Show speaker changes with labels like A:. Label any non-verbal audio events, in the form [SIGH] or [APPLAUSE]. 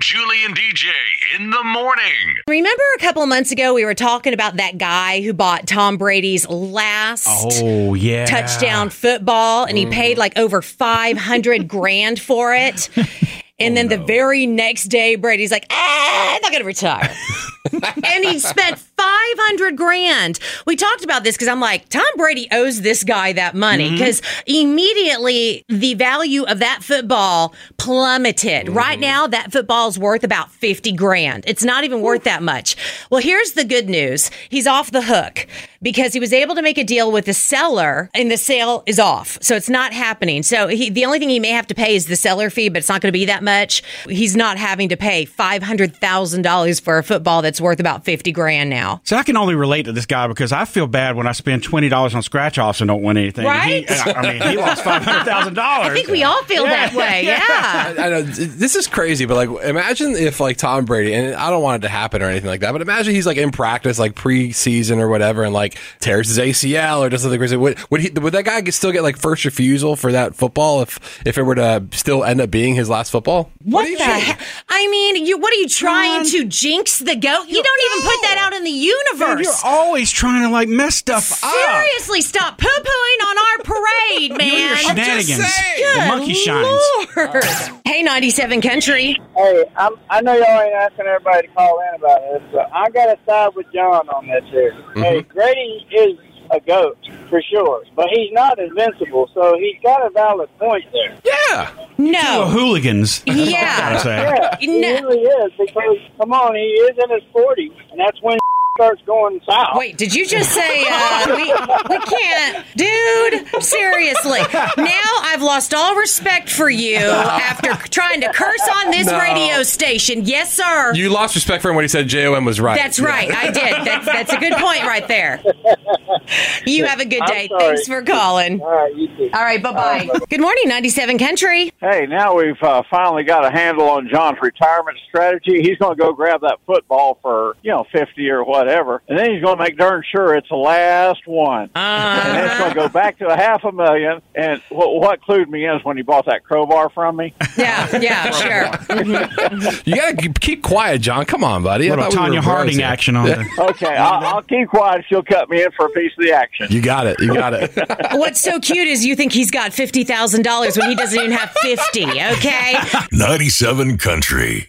A: Julie and DJ in the morning.
B: Remember a couple of months ago, we were talking about that guy who bought Tom Brady's last
C: Oh yeah,
B: touchdown football and he paid like over 500 grand for
C: [LAUGHS]
B: it. And
C: Oh,
B: then the very next day, Brady's like, ah, I'm not going to retire. and he spent 500 grand. We talked about this because I'm like, Tom Brady owes this guy that money because immediately the value of that football plummeted. Right now, that football's worth about 50 grand. It's not even worth that much. Well, here's the good news he's off the hook because he was able to make a deal with the seller and the sale is off. So it's not happening. So he, the only thing he may have to pay is the seller fee, but it's not going to be that much. He's not having to pay $500,000 for a football that's worth about 50 grand now.
C: See, I can only relate to this guy because I feel bad when I spend twenty dollars on scratch offs and don't win anything. And he-
B: Right?
C: and I, I mean, he lost five hundred thousand
B: [LAUGHS]
C: dollars.
B: I think we all feel that
C: [LAUGHS]
B: way. Yeah.
D: I know this is crazy, but like, imagine if like Tom Brady, and I don't want it to happen or anything like that, but imagine he's like in practice, like preseason or whatever, and like tears his ACL or does something crazy. Would would, he, would that guy still get like first refusal for that football if if it were to still end up being his last football?
B: What the heck? I mean, you, what are you trying to jinx the goat? You don't even put that out in the
C: Man, you're
B: universe.
C: always trying to like mess stuff up.
B: Seriously, stop poo pooing on our
C: [LAUGHS]
B: parade, man.
C: You and your shenanigans, the monkey shines.
B: Lord. Hey, 97 Country.
E: Hey, I'm, I know y'all ain't asking everybody to call in about this, but I got to side with John on this here. Hey, Grady is a goat for sure, but he's not invincible, so he's got a valid point there.
D: Yeah,
C: Oh,
B: No.
C: hooligans. That's all I gotta
B: Yeah.
C: say.
E: Yeah, he
B: [LAUGHS] No.
E: really is because come on, he is in his 40s, and that's when [LAUGHS] starts going south.
B: Wait, did you just say uh, we, we can't? Dude, seriously. Now I've lost all respect for you after trying to curse on this
D: No.
B: radio station. Yes, sir.
D: you [LAUGHS] lost respect for him when he said JOM was right.
B: That's right. I did. That's, that's a good point right there. You have a good
E: I'm
B: day.
E: sorry.
B: Thanks for calling.
E: All right, you too.
B: All right, bye
E: All right,
B: bye. Good morning, 97 Country.
E: Hey, now we've uh, finally got a handle on John's retirement strategy. He's going to go grab that football for, you know, 50 or whatever, and then he's going to make darn sure it's the last one. And then it's going to go back to a half a million. And what, what clued me in is when he bought that crowbar from me.
B: Yeah, yeah, sure.
D: You gotta keep- keep quiet, John. Come on, buddy. I
C: Little
D: thought we were
C: Tanya
D: bros
C: Harding
D: here.
C: action on the
E: Okay, I'll, I'll keep quiet if you'll cut me in for a piece of the action.
D: You got it. You got
C: [LAUGHS]
D: it.
B: What's so cute is you think he's got $50,000 when he doesn't even have 50, okay?
A: 97 Country.